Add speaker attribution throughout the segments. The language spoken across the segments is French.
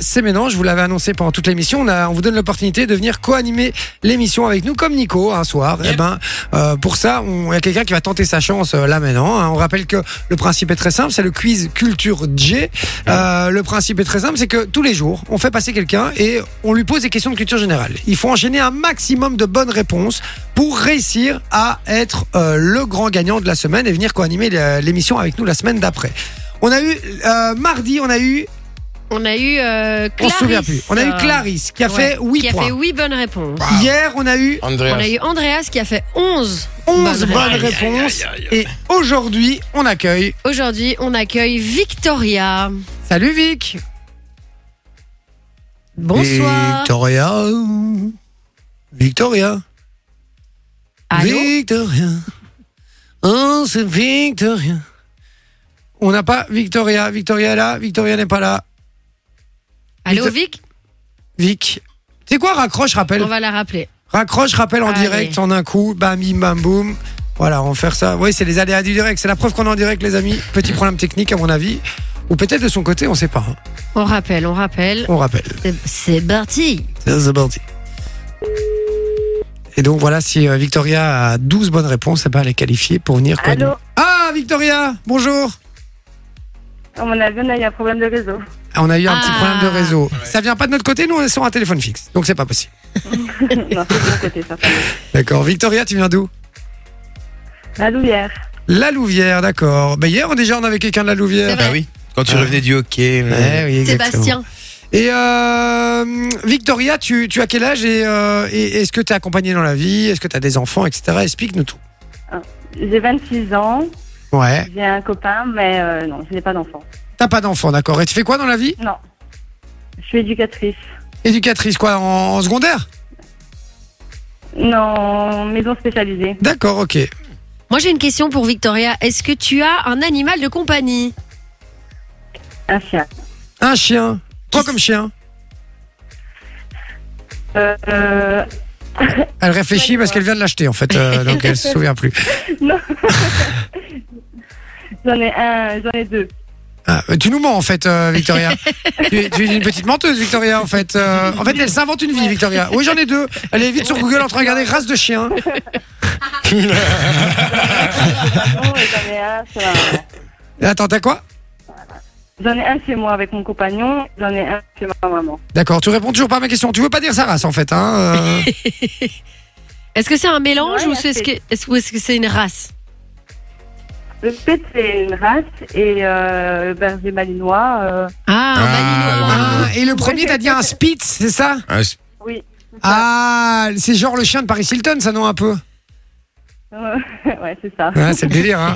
Speaker 1: C'est maintenant, je vous l'avais annoncé pendant toute l'émission, on, a- on vous donne l'opportunité de venir co-animer l'émission avec nous, comme Nico, un soir. Eh ben, euh, pour ça, on- il y a quelqu'un qui va tenter sa chance euh, là maintenant. hein. On rappelle que le principe est très simple, c'est le quiz culture G. Euh, le principe est très simple, c'est que tous les jours, on fait passer quelqu'un et on lui pose des questions de culture générale. Il faut enchaîner un maximum de bonnes réponses pour réussir à être euh, le grand gagnant de la semaine et venir co-animer la- l'émission avec nous la semaine d'après. On a eu euh, mardi, on a eu
Speaker 2: On a eu euh,
Speaker 1: on
Speaker 2: Clarisse.
Speaker 1: se souvient plus. On a eu
Speaker 2: euh,
Speaker 1: Clarisse qui a
Speaker 2: ouais,
Speaker 1: fait 8
Speaker 2: qui a
Speaker 1: points.
Speaker 2: fait huit bonnes réponses.
Speaker 1: Hier, on a eu
Speaker 2: On
Speaker 3: Andreas.
Speaker 2: a eu Andreas qui a fait 11.
Speaker 1: 11
Speaker 2: Bonne
Speaker 1: bonnes
Speaker 2: réponse.
Speaker 1: réponses. Et aujourd'hui, on accueille.
Speaker 2: Aujourd'hui, on accueille Victoria.
Speaker 1: Salut Vic.
Speaker 2: Bonsoir.
Speaker 1: Victoria. Victoria.
Speaker 2: Allô
Speaker 1: Victoria. Oh, c'est Victoria. On n'a pas Victoria. Victoria est là. Victoria n'est pas là.
Speaker 2: Allô, Vic
Speaker 1: Vic. C'est quoi raccroche, rappelle
Speaker 2: On va la rappeler.
Speaker 1: Raccroche, rappel en
Speaker 2: Allez.
Speaker 1: direct en un coup, bam, bim, bam, boum. Voilà, on va faire ça. Oui, c'est les aléas du direct. C'est la preuve qu'on est en direct, les amis. Petit problème technique, à mon avis. Ou peut-être de son côté, on sait pas. hein.
Speaker 2: On rappelle, on rappelle.
Speaker 1: On rappelle.
Speaker 2: C'est- C'est parti.
Speaker 1: C'est parti. Et donc, voilà, si euh, Victoria a 12 bonnes réponses, eh ben, elle est qualifiée pour venir. quoi.
Speaker 4: Allô
Speaker 1: Ah, Victoria, bonjour.
Speaker 4: À mon avis, on a eu un problème de réseau.
Speaker 1: Ah, On a eu un petit
Speaker 2: Ah.
Speaker 1: problème de réseau. Ça vient pas de notre côté, nous, on est sur un téléphone fixe. Donc, c'est pas possible.
Speaker 4: non, c'est de mon côté, ça.
Speaker 1: D'accord. Victoria, tu viens d'où
Speaker 4: La Louvière.
Speaker 1: La Louvière, d'accord. Ben, hier, on, déjà, on avait quelqu'un de la Louvière.
Speaker 2: C'est
Speaker 3: Bah
Speaker 2: vrai.
Speaker 3: oui, quand tu
Speaker 1: Ah.
Speaker 3: revenais du hockey.
Speaker 1: Ouais, oui, exactement.
Speaker 2: Sébastien.
Speaker 1: Et euh, Victoria, tu, tu as quel âge et, euh, et est-ce que tu es accompagnée dans la vie Est-ce que tu as des enfants, etc. Explique-nous tout.
Speaker 4: J'ai 26 ans,
Speaker 1: Ouais.
Speaker 4: j'ai un copain, mais euh, non, je n'ai pas d'enfant.
Speaker 1: T'as pas d'enfant, d'accord. Et tu fais quoi dans la vie
Speaker 4: Non. Je suis éducatrice.
Speaker 1: Éducatrice, quoi, en, en secondaire
Speaker 4: Non, maison spécialisée.
Speaker 1: D'accord, ok.
Speaker 2: Moi, j'ai une question pour Victoria. Est-ce que tu as un animal de compagnie
Speaker 4: Un chien.
Speaker 1: Un chien. Toi
Speaker 2: Qui-
Speaker 1: comme chien.
Speaker 4: Euh, euh,
Speaker 1: Elle réfléchit parce qu'elle vient de l'acheter, en fait, euh, donc elle se souvient plus.
Speaker 4: j'en ai un, j'en ai deux.
Speaker 1: Ah, mais tu nous mens, en fait, euh, Victoria. tu, es, tu es une petite menteuse, Victoria, en fait. Euh, en fait, elle s'invente une vie, Victoria. Oui, j'en ai deux. Elle est vite sur Google en train de regarder race de chien.
Speaker 4: Non, et j'en ai un sur un-
Speaker 1: Attends, t'as quoi
Speaker 4: J'en ai un chez moi avec mon compagnon, j'en ai un chez ma maman.
Speaker 1: D'accord, tu réponds toujours pas à ma question. Tu veux pas dire sa race en fait, hein euh,
Speaker 2: Est-ce que c'est un mélange
Speaker 4: Ouais,
Speaker 2: ou c'est- est-ce que- est-ce- ou est-ce que c'est une race
Speaker 4: Le pet, c'est une race et euh, le berger malinois. euh,
Speaker 2: Ah, un
Speaker 3: Ah,
Speaker 2: malinois.
Speaker 1: ah, Et le premier, t'as dit un Spitz, c'est ça
Speaker 3: Ah, c'est-
Speaker 4: oui.
Speaker 1: Ah, c'est genre le chien de Paris Hilton, ça non un peu
Speaker 4: Euh, ouais, c'est ça.
Speaker 1: Ouais, C'est le délire, hein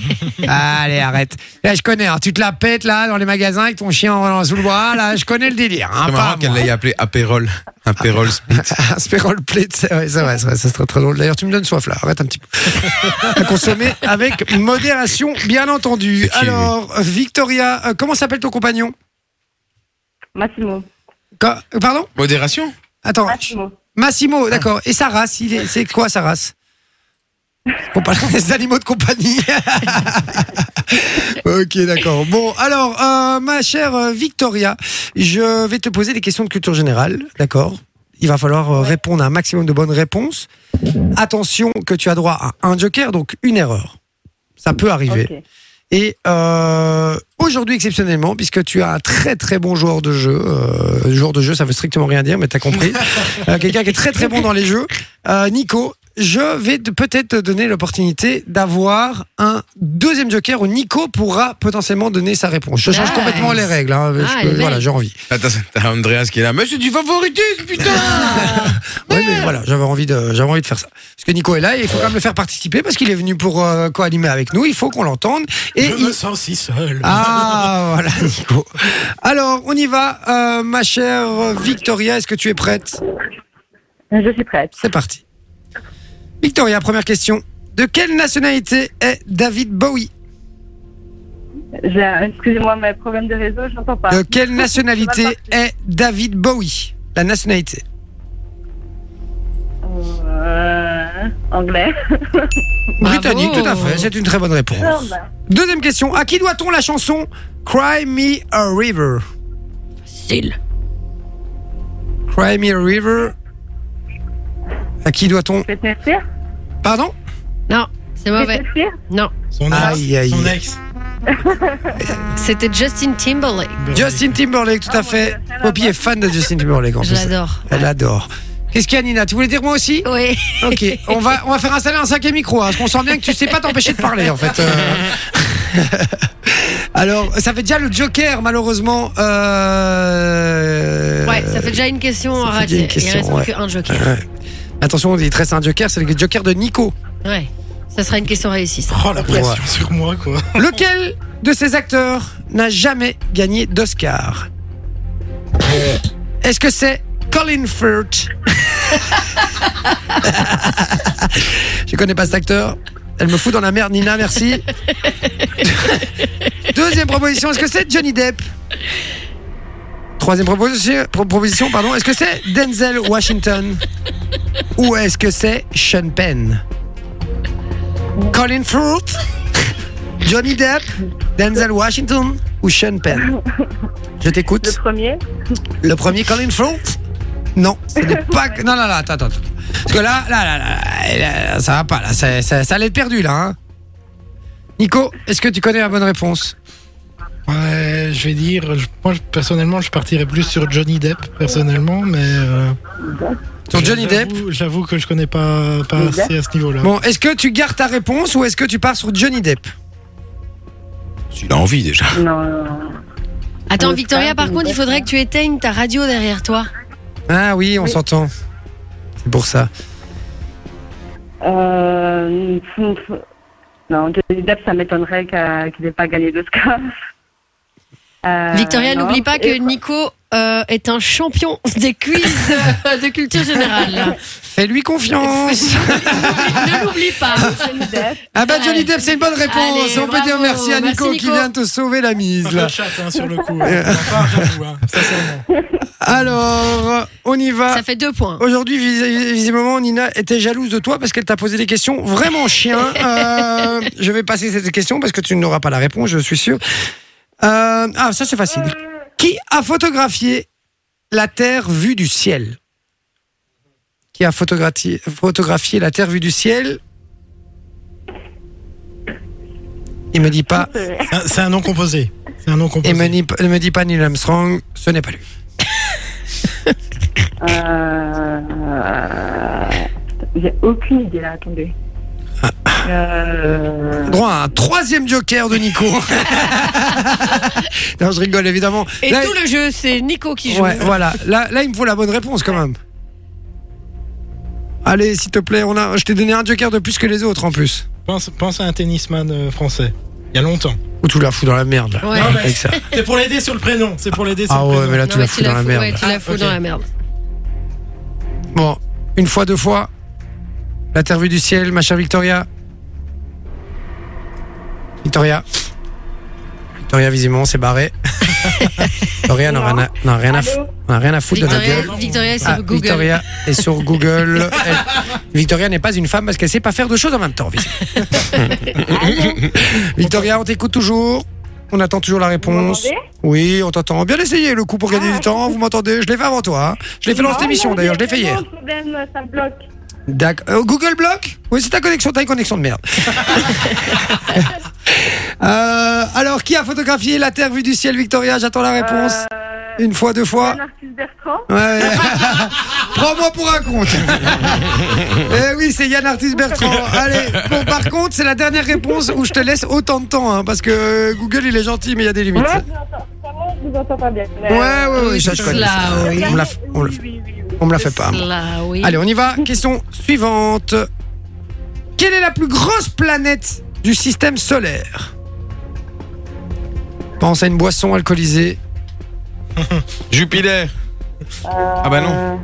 Speaker 1: Allez, arrête. Là, je connais, hein, tu te la pètes là dans les magasins avec ton chien en- sous le bras, là, je connais le délire. Hein,
Speaker 3: C'est marrant
Speaker 1: pas
Speaker 3: qu'elle
Speaker 1: moi. Ah, bah.
Speaker 3: l'ait appelé Apérol. Apérol Spitz.
Speaker 1: Un Spérol Plate, c'est vrai, c'est vrai, c'est vrai, ça serait très drôle. D'ailleurs, tu me donnes soif là, arrête un petit peu. à consommer avec modération, bien entendu.
Speaker 3: C'est qui, lui
Speaker 1: Alors, Victoria, euh, comment s'appelle ton compagnon
Speaker 4: Massimo.
Speaker 1: Quand- euh, Pardon
Speaker 3: Modération
Speaker 1: Attends,
Speaker 4: Massimo.
Speaker 1: Massimo, d'accord. Et sa race, il est- c'est quoi sa race On parle des animaux de compagnie. ok, d'accord. Bon, alors, euh, ma chère euh, Victoria, je vais te poser des questions de culture générale, d'accord Il va falloir euh, répondre à un maximum de bonnes réponses. Attention que tu as droit à un joker, donc une erreur. Ça peut arriver.
Speaker 4: Ok.
Speaker 1: Et euh, aujourd'hui, exceptionnellement, puisque tu as un très très bon joueur de jeu, euh, joueur de jeu, ça veut strictement rien dire, mais t'as compris, Euh, quelqu'un qui est très très bon dans les jeux, euh, Nico, je vais te- peut-être te donner l'opportunité d'avoir un deuxième joker où Nico pourra potentiellement donner sa réponse. Je change
Speaker 2: Nice.
Speaker 1: complètement les règles, hein, je
Speaker 2: Ah,
Speaker 1: peux-
Speaker 2: elle est belle.
Speaker 1: voilà, j'ai envie.
Speaker 3: Attends, t'as Andreas qui est là. Mais c'est du favoritisme, putain
Speaker 1: Ouais, mais voilà, j'avais envie de, j'avais envie de faire ça. Parce que Nico est là, et il faut quand même le faire participer parce qu'il est venu pour euh, co-animer avec nous. Il faut qu'on l'entende. Et il-
Speaker 3: sens si seul.
Speaker 1: Ah, voilà, Nico. Alors, on y va, euh, ma chère Victoria. Est-ce que tu es prête
Speaker 4: Je suis prête.
Speaker 1: C'est parti. Victoria, première question. De quelle nationalité est David Bowie
Speaker 4: J'ai un- Excusez-moi, mais problème de réseau, je n'entends pas.
Speaker 1: De quelle nationalité est David Bowie La nationalité.
Speaker 4: Euh, anglais.
Speaker 2: Bravo.
Speaker 1: Britannique, tout à fait. C'est une très bonne réponse.
Speaker 4: bah,
Speaker 1: Deuxième question. À qui doit-on la chanson Cry Me a River
Speaker 2: Facile.
Speaker 1: Cry Me a River. À qui doit-on
Speaker 4: Je vais te mentir.
Speaker 1: Pardon
Speaker 2: Non, c'est
Speaker 4: Je vais
Speaker 2: mauvais.
Speaker 4: te mentir.
Speaker 2: Non,
Speaker 5: Son
Speaker 1: Aïe,
Speaker 5: ex.
Speaker 1: aïe.
Speaker 5: Son ex.
Speaker 2: c'était Justin Timberlake.
Speaker 1: Justin Timberlake, tout
Speaker 4: Ah,
Speaker 1: à
Speaker 4: mon
Speaker 1: fait.
Speaker 4: Dieu, ça va,
Speaker 1: Poppy
Speaker 4: moi.
Speaker 1: est fan de Justin Timberlake en
Speaker 2: Je
Speaker 1: plus.
Speaker 2: l'adore.
Speaker 1: Elle adore. Qu'est-ce qu'il y a, Nina Tu voulais dire moi aussi
Speaker 2: Oui.
Speaker 1: Ok, on va, on va faire installer un cinquième micro. hein, parce qu'on sent bien que tu sais pas t'empêcher de parler, en fait. Euh, Alors, ça fait déjà le Joker, malheureusement. Euh...
Speaker 2: Ouais, ça fait déjà une question
Speaker 1: ça
Speaker 2: en
Speaker 1: fait
Speaker 2: radio.
Speaker 1: déjà une question,
Speaker 2: Il reste
Speaker 1: ouais.
Speaker 2: plus qu'un joker.
Speaker 1: Ouais. Attention, on dit très un Joker, c'est le Joker de Nico.
Speaker 2: Ouais. Ça sera une question réussie. ça.
Speaker 5: Oh la pression sur moi quoi.
Speaker 1: Lequel de ces acteurs n'a jamais gagné d'Oscar Est-ce que c'est Colin Firth Je connais pas cet acteur. Elle me fout dans la merde, Nina, merci. Deuxième proposition, est-ce que c'est Johnny Depp Troisième proposition, pro- proposition pardon, est-ce que c'est Denzel Washington Ou est-ce que c'est Sean Penn Colin Firth Johnny Depp, Denzel Washington ou Sean Penn Je
Speaker 4: Le
Speaker 1: t'écoute.
Speaker 4: premier.
Speaker 1: Le premier Colin Firth Non, ce n'est pas. que- Non, non, non, attends, attends. attends. Parce que là, là, là, là, là, là, ça va pas. Là, ça, ça, ça allait être perdu là. hein. Nico, est-ce que tu connais la bonne réponse
Speaker 5: Ouais, je vais dire, je- moi je- personnellement, je partirais plus sur Johnny Depp, personnellement, mais. euh,
Speaker 1: Sur Johnny Depp.
Speaker 5: j'avoue- J'avoue que je connais pas, pas
Speaker 4: Johnny Depp.
Speaker 5: assez à ce niveau-là.
Speaker 1: Bon, est-ce que tu gardes ta réponse ou est-ce que tu pars sur Johnny Depp
Speaker 3: S'il a envie déjà.
Speaker 4: Non, non, non.
Speaker 2: Attends, Victoria, par contre, il faudrait que tu éteignes ta radio derrière toi.
Speaker 1: Ah oui, on s'entend. C'est pour ça.
Speaker 4: Euh, pff, pff. non, Johnny Depp, ça m'étonnerait qu'a- qu'il n'ait pas gagné d'Oscar. Euh,
Speaker 2: Victoria,
Speaker 4: non.
Speaker 2: n'oublie pas que
Speaker 4: Et-
Speaker 2: Nico euh, est un champion des quiz euh, de culture générale.
Speaker 1: Fais-lui confiance.
Speaker 2: ne l'oublie pas.
Speaker 4: Johnny Depp.
Speaker 1: Ah bah Johnny
Speaker 2: Allez.
Speaker 1: Depp, c'est une bonne réponse.
Speaker 2: Allez,
Speaker 1: on peut
Speaker 2: bravo.
Speaker 1: dire merci à
Speaker 2: Merci,
Speaker 1: Nico, qui
Speaker 2: Nico.
Speaker 1: vient te sauver la mise.
Speaker 5: Le
Speaker 1: Là.
Speaker 5: chat, hein, sur le coup. hein. Ça part, j'avoue, hein, sincèrement.
Speaker 1: Alors, on y va.
Speaker 2: Ça fait deux points.
Speaker 1: Aujourd'hui, vis- vis- visiblement, Nina était jalouse de toi parce qu'elle t'a posé des questions vraiment chiens. Euh, je vais passer cette question parce que tu n'auras pas la réponse, je suis sûr. Euh, ah, ça c'est facile. Qui a photographié la Terre vue du ciel Qui a photographié, photographié la Terre vue du ciel Il me dit pas.
Speaker 5: C'est un- C'est un nom composé. C'est un nom
Speaker 1: Il me
Speaker 5: composé.
Speaker 1: dit, il me dit pas Neil Armstrong. Ce n'est pas lui.
Speaker 4: Euh, J'ai aucune idée là, attendez.
Speaker 1: Ah.
Speaker 4: Euh,
Speaker 1: Droit à un troisième joker de Nico. non, je rigole évidemment.
Speaker 2: Et
Speaker 1: Là,
Speaker 2: tout le jeu, c'est Nico qui joue.
Speaker 1: Ouais, voilà. Là, là, il me faut la bonne réponse quand même. Allez, s'il te plaît, on a. Je t'ai donné un joker de plus que les autres en plus.
Speaker 5: Pense, pense à un tennisman euh, français. Il y a longtemps.
Speaker 1: Ou tu la fous dans la merde là.
Speaker 2: Ouais.
Speaker 5: Non, mais-
Speaker 1: Avec ça.
Speaker 5: Ah, bah, C'est pour l'aider sur le prénom. C'est pour l'aider sur
Speaker 1: Ah
Speaker 5: le
Speaker 1: ouais,
Speaker 5: prénom.
Speaker 1: mais là tu
Speaker 2: Non,
Speaker 1: la
Speaker 2: mais
Speaker 1: fous dans la
Speaker 2: fous-
Speaker 1: merde.
Speaker 2: ouais, tu la
Speaker 5: Ah,
Speaker 2: fous
Speaker 5: ok.
Speaker 2: dans la merde.
Speaker 1: Bon, une fois, deux fois. L'interview du ciel, ma chère Victoria. Victoria. Victoria, visiblement, s'est barrée. Victoria n'a rien, à- n'a rien, à fou-
Speaker 4: Allô
Speaker 1: n'a rien à foutre de la
Speaker 2: Victoria,
Speaker 1: gueule.
Speaker 2: Victoria, c'est
Speaker 1: Ah,
Speaker 2: sur Google.
Speaker 1: Victoria est sur Google. Elle- Victoria n'est pas une femme parce qu'elle sait pas faire deux choses en même temps. visiblement. Victoria, on t'écoute toujours. On attend toujours la réponse.
Speaker 4: m'entendez
Speaker 1: oui, on t'entend. Bien essayé le coup pour gagner du temps. Vous m'entendez Je l'ai fait avant toi. hein. Je l'ai fait dans cette
Speaker 4: non,
Speaker 1: émission
Speaker 4: non,
Speaker 1: d'ailleurs. Je l'ai
Speaker 4: j'ai
Speaker 1: fait hier.
Speaker 4: vraiment un problème, euh, ça bloque.
Speaker 1: D'accord. Euh, Google bloque Oui, c'est ta connexion. T'as une connexion de merde. Euh, alors, qui a photographié la Terre vue du ciel, Victoria J'attends la réponse.
Speaker 4: Euh,
Speaker 1: Une fois, deux fois.
Speaker 4: Jean-Arthus Bertrand.
Speaker 1: Ouais. Prends-moi pour un compte. eh oui, c'est Yann Artis Bertrand. Allez, bon, par contre, c'est la dernière réponse où je te laisse autant de temps, hein, parce que euh, Google, il est gentil, mais il y a des limites.
Speaker 4: Moi, je vous entends- vraiment, je vous entends pas bien.
Speaker 1: Ah. Ouais, ouais, ouais,
Speaker 2: Oui,
Speaker 1: ça, je connais.
Speaker 2: cela,
Speaker 1: ça.
Speaker 2: oui.
Speaker 1: On me la, f- on la f-
Speaker 4: Oui, oui, oui,
Speaker 1: on me la fait pas. moi.
Speaker 2: Là, oui.
Speaker 1: Allez, on y va. Question suivante. Quelle est la plus grosse planète du système solaire Pense à une boisson alcoolisée.
Speaker 3: Jupiter. Ah bah non.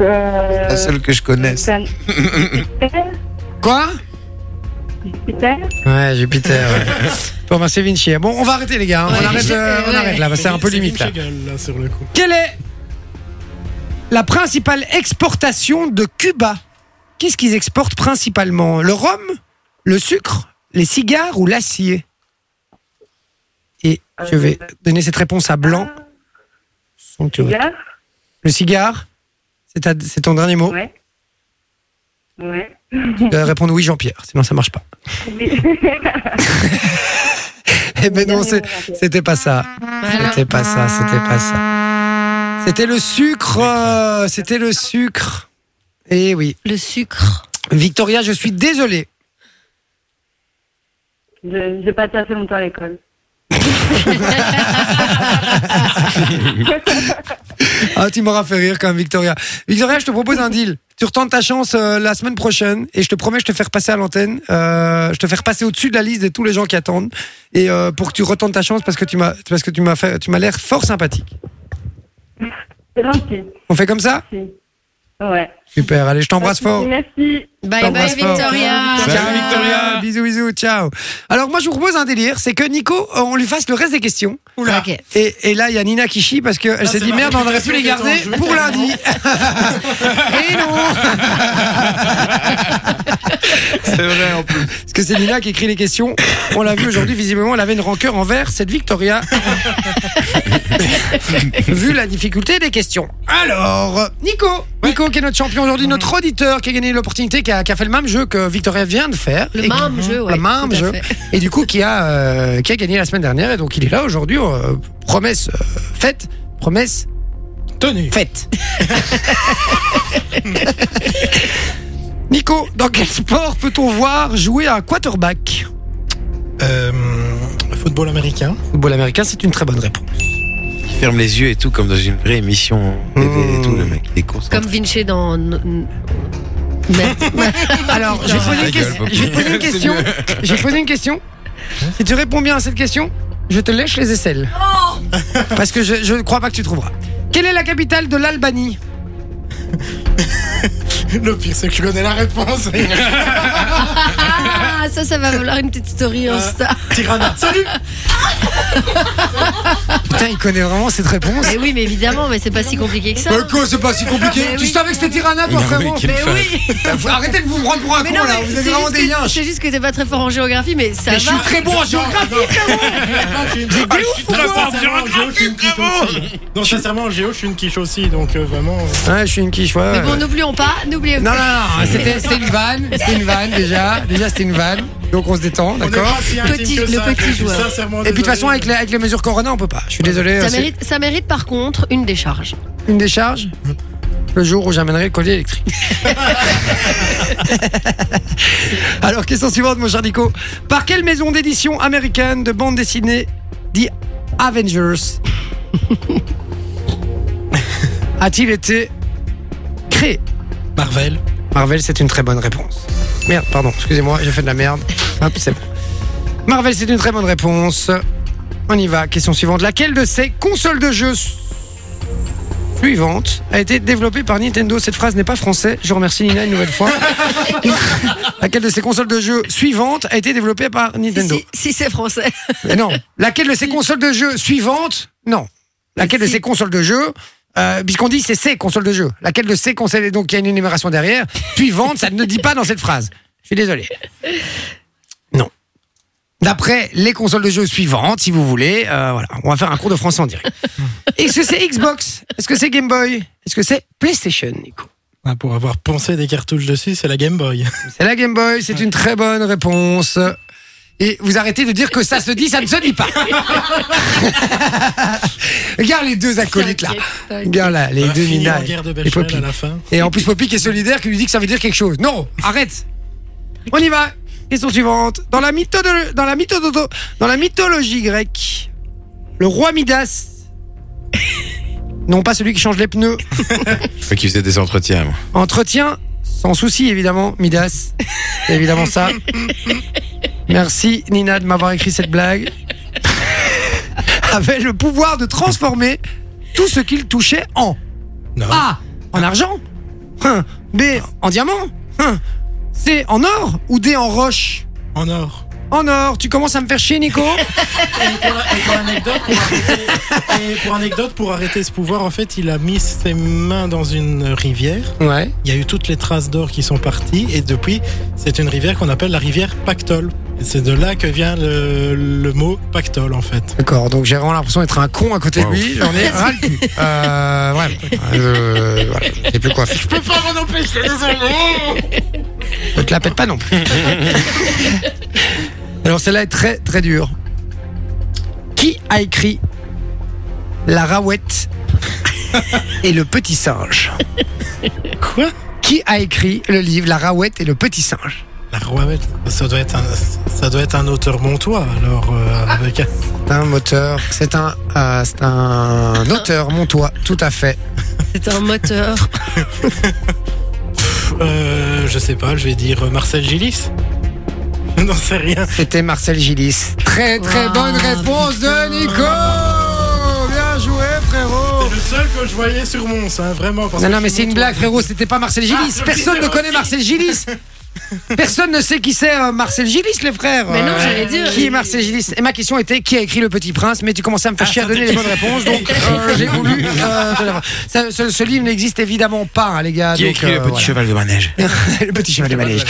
Speaker 4: Euh,
Speaker 3: La seule que je connaisse.
Speaker 4: Jupiter,
Speaker 1: Quoi
Speaker 4: Jupiter.
Speaker 1: Ouais, Jupiter. ouais. bon, ben, c'est Vinci. Bon, on va arrêter, les gars. hein.
Speaker 2: Ouais,
Speaker 1: on, arrête,
Speaker 2: j'ai-
Speaker 1: euh, on
Speaker 2: ouais.
Speaker 1: arrête là. parce que C'est un peu limite, là.
Speaker 5: Vinci Gall, là, sur le coup.
Speaker 1: Quelle est la principale exportation de Cuba Qu'est-ce qu'ils exportent principalement Le rhum, le sucre, les cigares ou l'acier Et
Speaker 4: Euh,
Speaker 1: je vais donner cette réponse à Blanc. Sans que tu-
Speaker 4: Cigare
Speaker 1: Le cigare, c'est ta- c'est ton dernier mot.
Speaker 4: Ouais. Ouais.
Speaker 1: Tu dois répondre oui, Jean-Pierre, sinon ça marche pas.
Speaker 4: Oui.
Speaker 1: Eh ben non,
Speaker 4: Dernier
Speaker 1: c'est-
Speaker 4: mot, Jean-Pierre.
Speaker 1: c'était pas ça. C'était pas ça, c'était pas ça. C'était le sucre, euh, c'était le sucre. Eh oui.
Speaker 2: Le sucre.
Speaker 1: Victoria, je suis désolé.
Speaker 4: Je n'ai pas été assez longtemps à l'école.
Speaker 1: Ah, tu m'auras fait rire quand même, Victoria. Victoria, je te propose un deal. Tu retentes ta chance euh, la semaine prochaine et je te promets, je te fais repasser à l'antenne. Euh, je te fais repasser au-dessus de la liste de tous les gens qui attendent et euh, pour que tu retentes ta chance parce que tu m'as parce que tu m'as fait tu m'as l'air fort sympathique.
Speaker 4: C'est gentil.
Speaker 1: On fait comme ça
Speaker 4: si. Ouais.
Speaker 1: Super. Allez, je t'embrasse fort.
Speaker 4: Merci.
Speaker 2: Bye
Speaker 1: T'embrasse
Speaker 2: bye,
Speaker 1: fort.
Speaker 2: Victoria.
Speaker 3: Salut, Victoria.
Speaker 1: Bisous, bisous, ciao. Alors moi, je vous propose un délire, c'est que Nico, euh, on lui fasse le reste des questions.
Speaker 2: Ok.
Speaker 1: Et, et là, il y a Nina qui chie parce qu'elle s'est
Speaker 5: c'est
Speaker 1: dit
Speaker 5: ma
Speaker 1: merde, on aurait pu les
Speaker 5: réputation
Speaker 1: garder
Speaker 5: qui est en jeu.
Speaker 1: pour lundi. et non
Speaker 3: C'est vrai en plus.
Speaker 1: Parce que c'est Nina qui écrit les questions. On l'a vu aujourd'hui, visiblement, elle avait une rancœur envers cette Victoria. vu la difficulté des questions. Alors, Nico, Nico qui est notre champion aujourd'hui, notre auditeur qui a gagné l'opportunité, qui a, qui a fait le même jeu que Victoria vient de faire.
Speaker 2: hein? Le
Speaker 1: Et-
Speaker 2: même jeu, ouais.
Speaker 1: le même
Speaker 2: tout à
Speaker 1: jeu.
Speaker 2: fait.
Speaker 1: et du coup qui a, euh, qui a gagné la semaine dernière et donc il est là aujourd'hui euh, promesse euh, faite promesse
Speaker 5: Tenue.
Speaker 1: faite Nico dans quel sport peut-on voir jouer un quarterback
Speaker 5: Euh, football américain.
Speaker 1: football américain c'est une très bonne réponse
Speaker 3: Il ferme les yeux et tout, comme dans une vraie émission. TV et tout, le mec, il est concentré.
Speaker 2: Comme Vinci dans. Merde.
Speaker 1: alors j'ai posé,
Speaker 3: Ta
Speaker 1: une
Speaker 3: gueule,
Speaker 1: question-
Speaker 3: Poppy.
Speaker 1: j'ai posé une question j'ai posé une question si tu réponds bien à cette question je te lèche les aisselles parce que je je ne crois pas que tu trouveras quelle est la capitale de l'Albanie
Speaker 5: Le pire, c'est que je connais la réponse.
Speaker 2: Ah, ça, ça va valoir une petite story Insta.
Speaker 5: Tirana. Salut
Speaker 1: putain il connaît vraiment cette réponse
Speaker 2: Mais oui, mais évidemment, mais c'est pas si compliqué que ça.
Speaker 1: Mais quoi, Bah, c'est pas si compliqué.
Speaker 2: Mais
Speaker 1: tu
Speaker 2: oui.
Speaker 1: savais que c'était Tirana, toi,
Speaker 3: Non, mais
Speaker 1: frérot
Speaker 3: quel
Speaker 1: Mais
Speaker 3: fan.
Speaker 1: oui. Faut- Arrêtez de vous me prendre pour un con, là.
Speaker 2: mais
Speaker 1: Vous êtes
Speaker 2: c'est
Speaker 1: vraiment
Speaker 2: juste
Speaker 1: des
Speaker 2: que-
Speaker 1: yinches.
Speaker 2: C'est juste que t'es pas très fort en géographie, mais ça
Speaker 1: Mais
Speaker 2: va.
Speaker 1: je suis très bon en géographie.
Speaker 5: Ah, je suis très fort en géo, je suis une quiche aussi. Non, sincèrement, en géo, je suis une quiche aussi, donc euh, vraiment. euh,
Speaker 1: Ouais, je suis une quiche, ouais.
Speaker 2: Mais bon, n'oublions pas, n'oublions
Speaker 1: Non, non,
Speaker 2: pas.
Speaker 1: non, c'était c'était une vanne, c'était une vanne déjà, déjà c'était une vanne, donc on se détend,
Speaker 5: on est
Speaker 1: d'accord
Speaker 5: pas si intime
Speaker 2: Petit-
Speaker 5: que
Speaker 2: le
Speaker 5: ça,
Speaker 2: petit
Speaker 5: que je suis
Speaker 2: joueur.
Speaker 5: sincèrement
Speaker 1: Et puis de toute
Speaker 5: désolé.
Speaker 1: façon, avec les, avec les mesures Corona, on peut pas, je suis désolé.
Speaker 2: Ça
Speaker 1: c'est
Speaker 2: mérite, ça mérite par contre une décharge.
Speaker 1: Une décharge Le jour où j'amènerai le collier électrique. Alors, question suivante, mon cher Nico. Par quelle maison d'édition américaine de bande dessinée dit Avengers a-t-il été créé
Speaker 5: Marvel.
Speaker 1: Marvel, c'est une très bonne réponse. Merde, pardon, excusez-moi, j'ai fait de la merde. Hop, c'est bon. Marvel, c'est une très bonne réponse. On y va, question suivante. Laquelle de ces consoles de jeux suivantes a été développée par Nintendo Cette phrase n'est pas français. Je remercie Nina une nouvelle fois. laquelle de ces consoles de jeux suivantes a été développée par
Speaker 2: Si,
Speaker 1: Nintendo
Speaker 2: si- si c'est français.
Speaker 1: Mais non. Laquelle de ces consoles de jeux suivantes Non. Laquelle de
Speaker 2: Si.
Speaker 1: ces consoles de jeux euh, puisqu'on dit c'est ces consoles de jeu, laquelle de ces consoles, donc il y a une énumération derrière, suivante, ça ne dit pas dans cette phrase. Je suis désolé. Non. D'après les consoles de jeu suivantes, si vous voulez, euh, voilà, on va faire un cours de français en direct. Est-ce que c'est Xbox Est-ce que c'est Game Boy Est-ce que c'est PlayStation, Nico
Speaker 5: Ah, pour avoir poncé des cartouches dessus, c'est la Game Boy.
Speaker 1: C'est la Game Boy, c'est une très bonne réponse. Et vous arrêtez de dire que ça se dit, ça ne se dit pas. Regarde les deux acolytes là.
Speaker 2: T'inquiète, t'inquiète.
Speaker 1: Regarde là, les
Speaker 5: On a
Speaker 1: deux
Speaker 5: fini
Speaker 1: Nina
Speaker 5: en guerre de
Speaker 1: et, et
Speaker 5: Belchel
Speaker 1: Poppy.
Speaker 5: à la fin.
Speaker 1: Et en plus Poppy qui est solidaire, qui lui dit que ça veut dire quelque chose. Non, arrête. On y va. Question suivante. Dans la, mythodolo- dans la, mythododo- dans la mythologie grecque, le roi Midas, non pas celui qui change les pneus,
Speaker 3: Je crois qu'il faisait des entretiens. moi.
Speaker 1: Entretien, sans souci évidemment, Midas. C'est évidemment ça. Merci Nina de m'avoir écrit cette blague. Avait le pouvoir de transformer tout ce qu'il touchait en
Speaker 5: Non.
Speaker 1: A. En argent. hein, B. En diamant. hein, C. En or. Ou D. En roche.
Speaker 5: En or.
Speaker 1: en or. Tu commences à me faire chier, Nico
Speaker 5: Et pour, et pour anecdote, pour arrêter, et pour anecdote, pour arrêter ce pouvoir, en fait, il a mis ses mains dans une rivière.
Speaker 1: Ouais.
Speaker 5: Il y a eu toutes les traces d'or qui sont parties. Et depuis, c'est une rivière qu'on appelle la rivière Pactole. Et c'est de là que vient le, le mot Pactole, en fait.
Speaker 1: D'accord, donc j'ai vraiment l'impression d'être un con à côté de
Speaker 3: Wow.
Speaker 1: lui. J'en ai ras le cul. Euh, ouais, euh, voilà, je sais plus quoi faire. Je peux pas m'en empêcher, Ne te la pète pas non plus. Alors celle-là est très très dure. Qui a écrit La Raouette et le Petit Singe
Speaker 5: Quoi
Speaker 1: Qui a écrit le livre La Raouette et le Petit Singe
Speaker 5: La Roamette, ça doit être un, ça doit être un auteur montois, alors, euh, avec un-
Speaker 1: C'est un moteur, c'est un, euh, c'est un auteur montois, tout à fait.
Speaker 2: C'est un moteur.
Speaker 5: euh, je sais pas, je vais dire Marcel Gillis. Non, c'est rien.
Speaker 1: C'était Marcel Gillis. Très très
Speaker 2: Wow,
Speaker 1: bonne réponse
Speaker 2: putain.
Speaker 1: de Nico Bien joué frérot
Speaker 5: C'est le seul que je voyais sur Mons, hein, vraiment. parce
Speaker 1: Non
Speaker 5: que
Speaker 1: non
Speaker 5: je
Speaker 1: mais
Speaker 5: suis
Speaker 1: c'est une
Speaker 5: montois.
Speaker 1: blague frérot, c'était pas Marcel
Speaker 5: Ah,
Speaker 1: Gillis.
Speaker 5: ok,
Speaker 1: Personne ne
Speaker 5: d'accord,
Speaker 1: connaît
Speaker 5: ok.
Speaker 1: Marcel Gillis. Personne ne sait qui c'est euh, Marcel Gillis les frères.
Speaker 2: Mais non,
Speaker 1: Euh,
Speaker 2: j'allais dire,
Speaker 1: Qui est
Speaker 2: il-
Speaker 1: Marcel Gillis Et ma question était qui a écrit Le Petit Prince Mais tu commençais à me faire
Speaker 5: Ah,
Speaker 1: chier à
Speaker 5: ça
Speaker 1: donner
Speaker 5: t'est-
Speaker 1: les bonnes réponses donc euh, j'ai voulu. euh, te l'avoir. Ça- ce, ce livre n'existe évidemment pas hein, les gars.
Speaker 3: Qui a
Speaker 1: donc,
Speaker 3: écrit
Speaker 1: euh,
Speaker 3: le petit
Speaker 1: voilà.
Speaker 3: cheval de manège
Speaker 1: Le petit cheval de manège.